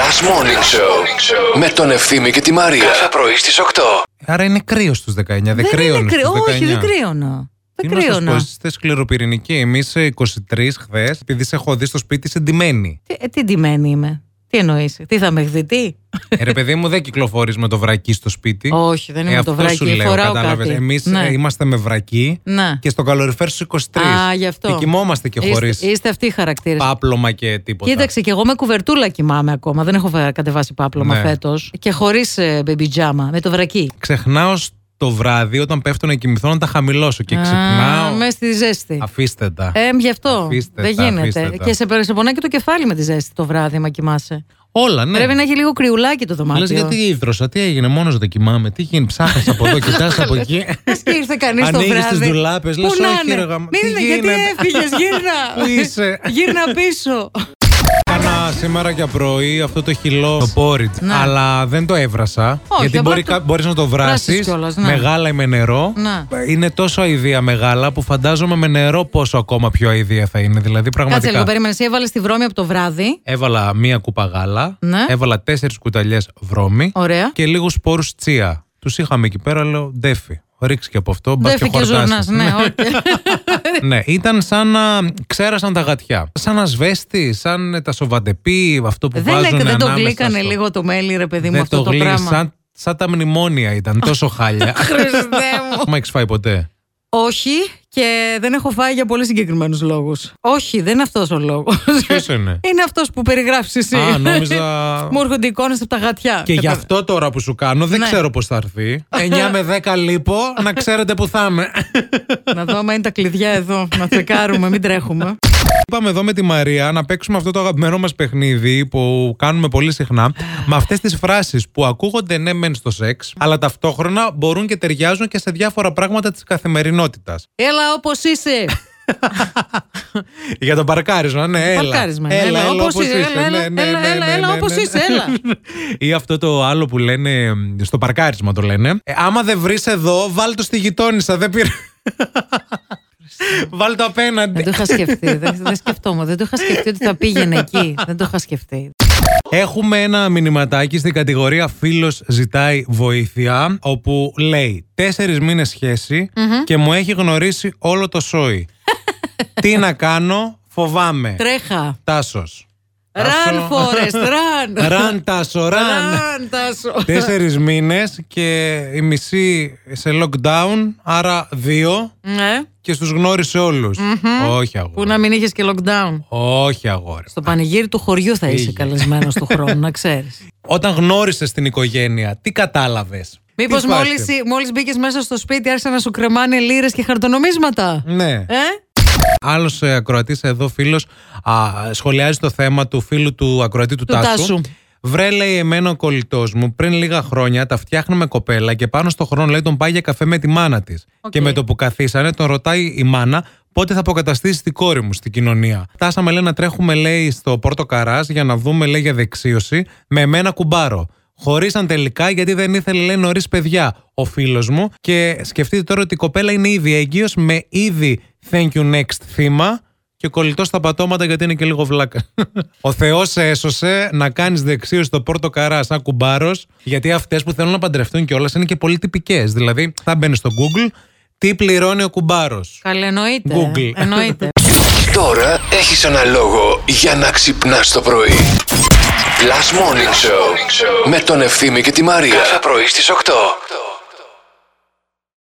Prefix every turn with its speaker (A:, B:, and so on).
A: Last Morning Show με τον Ευθύμη και τη Μαρία. Κάθε πρωί στις 8.
B: Άρα είναι κρύος στους 19. Δεν, κρύωνε
C: είναι κρύο.
B: στους 19.
C: Όχι, δεν κρύωνα.
B: Τι
C: Δεν
B: να σας πω,
C: κρύωνα.
B: είστε σκληροπυρηνικοί. ε, Εμεί 23 χθες, επειδή σε έχω δει στο σπίτι, σε ντυμένη.
C: Τι, ε, τι ντυμένη είμαι. Τι εννοείς, Τι θα με εκδητεί.
B: Ε, Ρε παιδί μου, δεν κυκλοφορείς με το βρακί στο σπίτι.
C: Όχι, δεν είμαι με το
B: Ε, σου
C: βράκι.
B: λέω,
C: Φοράω
B: κατάλαβες.
C: κάτι.
B: Εμείς
C: Ναι.
B: ε, είμαστε με βρακί
C: Ναι.
B: και στο καλοριφέρ στου 23.
C: Α, γι' αυτό.
B: Και κοιμόμαστε και
C: Είστε-
B: χωρίς
C: Είστε αυτοί οι χαρακτήρες.
B: πάπλωμα και τίποτα.
C: Κοίταξε, και εγώ με κουβερτούλα κοιμάμαι ακόμα. Δεν έχω φε- κατεβάσει πάπλωμα
B: Ναι.
C: φέτος. Και χωρίς baby jama, με το βρακί.
B: Ξεχνάω το βράδυ όταν πέφτω να κοιμηθώ να τα χαμηλώσω και
C: Α,
B: Ε, ξυπνάω.
C: Μέσα στη ζέστη.
B: Αφήστε τα.
C: Ε, γι' αυτό.
B: Αφήστε
C: δεν
B: τα,
C: γίνεται.
B: αφήστε τα.
C: Και σε πε- σε πονάει και το κεφάλι με τη ζέστη το βράδυ, μα κοιμάσαι.
B: Όλα, ναι.
C: Πρέπει να έχει λίγο κρυουλάκι το
B: Λε
C: δωμάτιο.
B: γιατί ίδρωσα, τι έγινε, μόνος δεν κοιμάμαι. Τι γίνει, ψάχνεις από εδώ, κοιτάς από εκεί.
C: Πες και ήρθε κανείς το βράδυ.
B: Ανοίγεις τις ντουλάπες, λες,
C: Πού να
B: «Όχι,
C: είναι,
B: ρε γαμ-
C: Μην
B: τι
C: είναι, γιατί
B: γίνεται».
C: έφυγες, γύρνα.
B: Πού είσαι?
C: Γύρνα πίσω.
B: Έκανα σήμερα για πρωί αυτό το χυλό, το πόριτ.
C: Ναι.
B: Αλλά δεν το βράσα.
C: Όχι,
B: γιατί
C: απλά
B: μπορεί,
C: το-
B: κα- μπορείς να το
C: Βράσεις
B: βράσεις.
C: κιόλας, ναι.
B: Μεγάλα ή με νερό.
C: Ναι.
B: Ε, Είναι τόσο αηδία μεγάλα που φαντάζομαι με νερό πόσο ακόμα πιο αηδία θα είναι. Δηλαδή
C: Κάτσε λίγο,
B: πραγματικά.
C: περίμενε. Εσύ έβαλες τη βρώμη από το βράδυ.
B: Έβαλα μία κούπα γάλα.
C: Ναι.
B: Έβαλα τέσσερις κουταλιές βρώμη.
C: Ωραία.
B: Και λίγους σπόρους τσία. Τους είχαμε εκεί πέρα, λέω ντέφι. Ρίξει και από αυτό. μπας
C: Ντέφι και
B: χορτάσεις».
C: ζουρνά. Ναι, οκ.
B: ναι, ήταν σαν να ξέρασαν τα γατιά. Σαν να σβέστη, σαν τα σοβαντεπή, αυτό που
C: Δεν,
B: βάζουν
C: έκ- δεν το
B: ανάμεσα
C: γλύκανε
B: στο-
C: λίγο το μέλι, ρε παιδί μου,
B: δεν
C: αυτό
B: το
C: το,
B: γλύκανε,
C: πράγμα.
B: Σαν, σαν τα μνημόνια ήταν, τόσο χάλια.
C: Χριστέ μου.
B: Μα έχεις φάει ποτέ.
C: Όχι, και δεν έχω φάει για πολύ συγκεκριμένους λόγους. Όχι, δεν είναι αυτός ο λόγος.
B: Ποιος είναι.
C: είναι αυτός που περιγράφεις εσύ.
B: Α, νόμιζα.
C: Μου έρχονται εικόνες από τα γατιά.
B: Και γι' αυτό τώρα που σου κάνω δεν
C: Ναι.
B: ξέρω πώς θα έρθει. 9 με 10 λείπω, να ξέρετε που θα είμαι.
C: Να δω άμα είναι τα κλειδιά εδώ. Να τσεκάρουμε, μην τρέχουμε.
B: Είπαμε εδώ με τη Μαρία να παίξουμε αυτό το αγαπημένο μας παιχνίδι που κάνουμε πολύ συχνά. με αυτές τις φράσεις που ακούγονται ναι, μεν στο σεξ, αλλά ταυτόχρονα μπορούν και ταιριάζουν και σε διάφορα πράγματα της καθημερινότητας.
C: Έλα όπως είσαι.
B: Για το παρκάρισμα, ναι, έλα.
C: Παρκάρισμα, ναι, ναι, όπως είσαι, έλα,
B: ναι,
C: έλα,
B: ναι,
C: έλα,
B: ναι,
C: έλα,
B: ναι,
C: έλα,
B: ναι,
C: όπως
B: ναι.
C: είσαι, έλα.
B: Ή αυτό το άλλο που λένε, μ, στο παρκάρισμα το λένε. «Ε, άμα δεν βρεις εδώ, βάλ το στη γειτόνισσα, δεν πειράζει. βάλ το απέναντι.
C: δεν το είχα σκεφτεί. Δεν, δεν σκεφτόμουν. Δεν το είχα σκεφτεί ότι θα πήγαινε εκεί. Δεν το είχα σκεφτεί.
B: Έχουμε ένα μηνυματάκι στην κατηγορία Φίλος ζητάει βοήθεια, όπου λέει Τέσσερις μήνες και μου έχει γνωρίσει όλο το σόι. Τι να κάνω, φοβάμαι.
C: Τρέχα.
B: Τάσος.
C: Ραν, Φόρεστ, ραν.
B: Ραν, Τάσο, ραν.
C: Ραν, Τάσο.
B: Τέσσερις μήνες και η μισή σε lockdown, άρα δύο
C: Ναι,
B: και στους γνώρισε όλους. Όχι
C: που
B: αγόρι.
C: να μην είχες και lockdown.
B: Όχι αγόρι.
C: Στο πανηγύρι του χωριού θα είσαι
B: Φύγε.
C: καλεσμένος του χρόνου, να ξέρεις.
B: Όταν γνώρισες την οικογένεια, τι κατάλαβες.
C: Μήπως μόλι μπήκες μέσα στο σπίτι άρχισε να σου κρεμάνε λίρε και χαρτονομίσματα.
B: Ναι.
C: Ε?
B: Άλλος ακροατή ε, εδώ, φίλος, σχολιάζει το θέμα του φίλου του ακροατή του,
C: Του Τάσου.
B: Βρέ, λέει εμένα ο κολλητός μου πριν λίγα χρόνια τα φτιάχνω με κοπέλα και πάνω στο χρόνο λέει τον πάει για καφέ με τη μάνα της.
C: Οκ.
B: Και με το που καθίσανε τον ρωτάει η μάνα πότε θα αποκαταστήσει την κόρη μου στην κοινωνία. Φτάσαμε λέει να τρέχουμε λέει στο Πόρτο Καράς για να δούμε λέει για δεξίωση με εμένα κουμπάρο. Χωρίσαν τελικά γιατί δεν ήθελε λέει νωρίς παιδιά ο φίλος μου. Και σκεφτείτε τώρα ότι η κοπέλα είναι ήδη έγκυος με ήδη thank you next θύμα και κολλητός στα πατώματα γιατί είναι και λίγο βλάκα. Ο Θεός σε έσωσε να κάνεις δεξίως στο πόρτο καράς σαν κουμπάρος, γιατί αυτές που θέλουν να παντρευτούν κιόλα είναι και πολύ τυπικές. Δηλαδή, θα μπαίνεις στο Google, τι πληρώνει ο κουμπάρος.
C: Καλέ, εννοείται.
B: Google.
C: Εννοείται.
A: Τώρα έχεις ένα λόγο για να ξυπνάς το πρωί. Last Morning Show με τον Ευθύμη και τη Μαρία. Κάθε πρωί στις 8.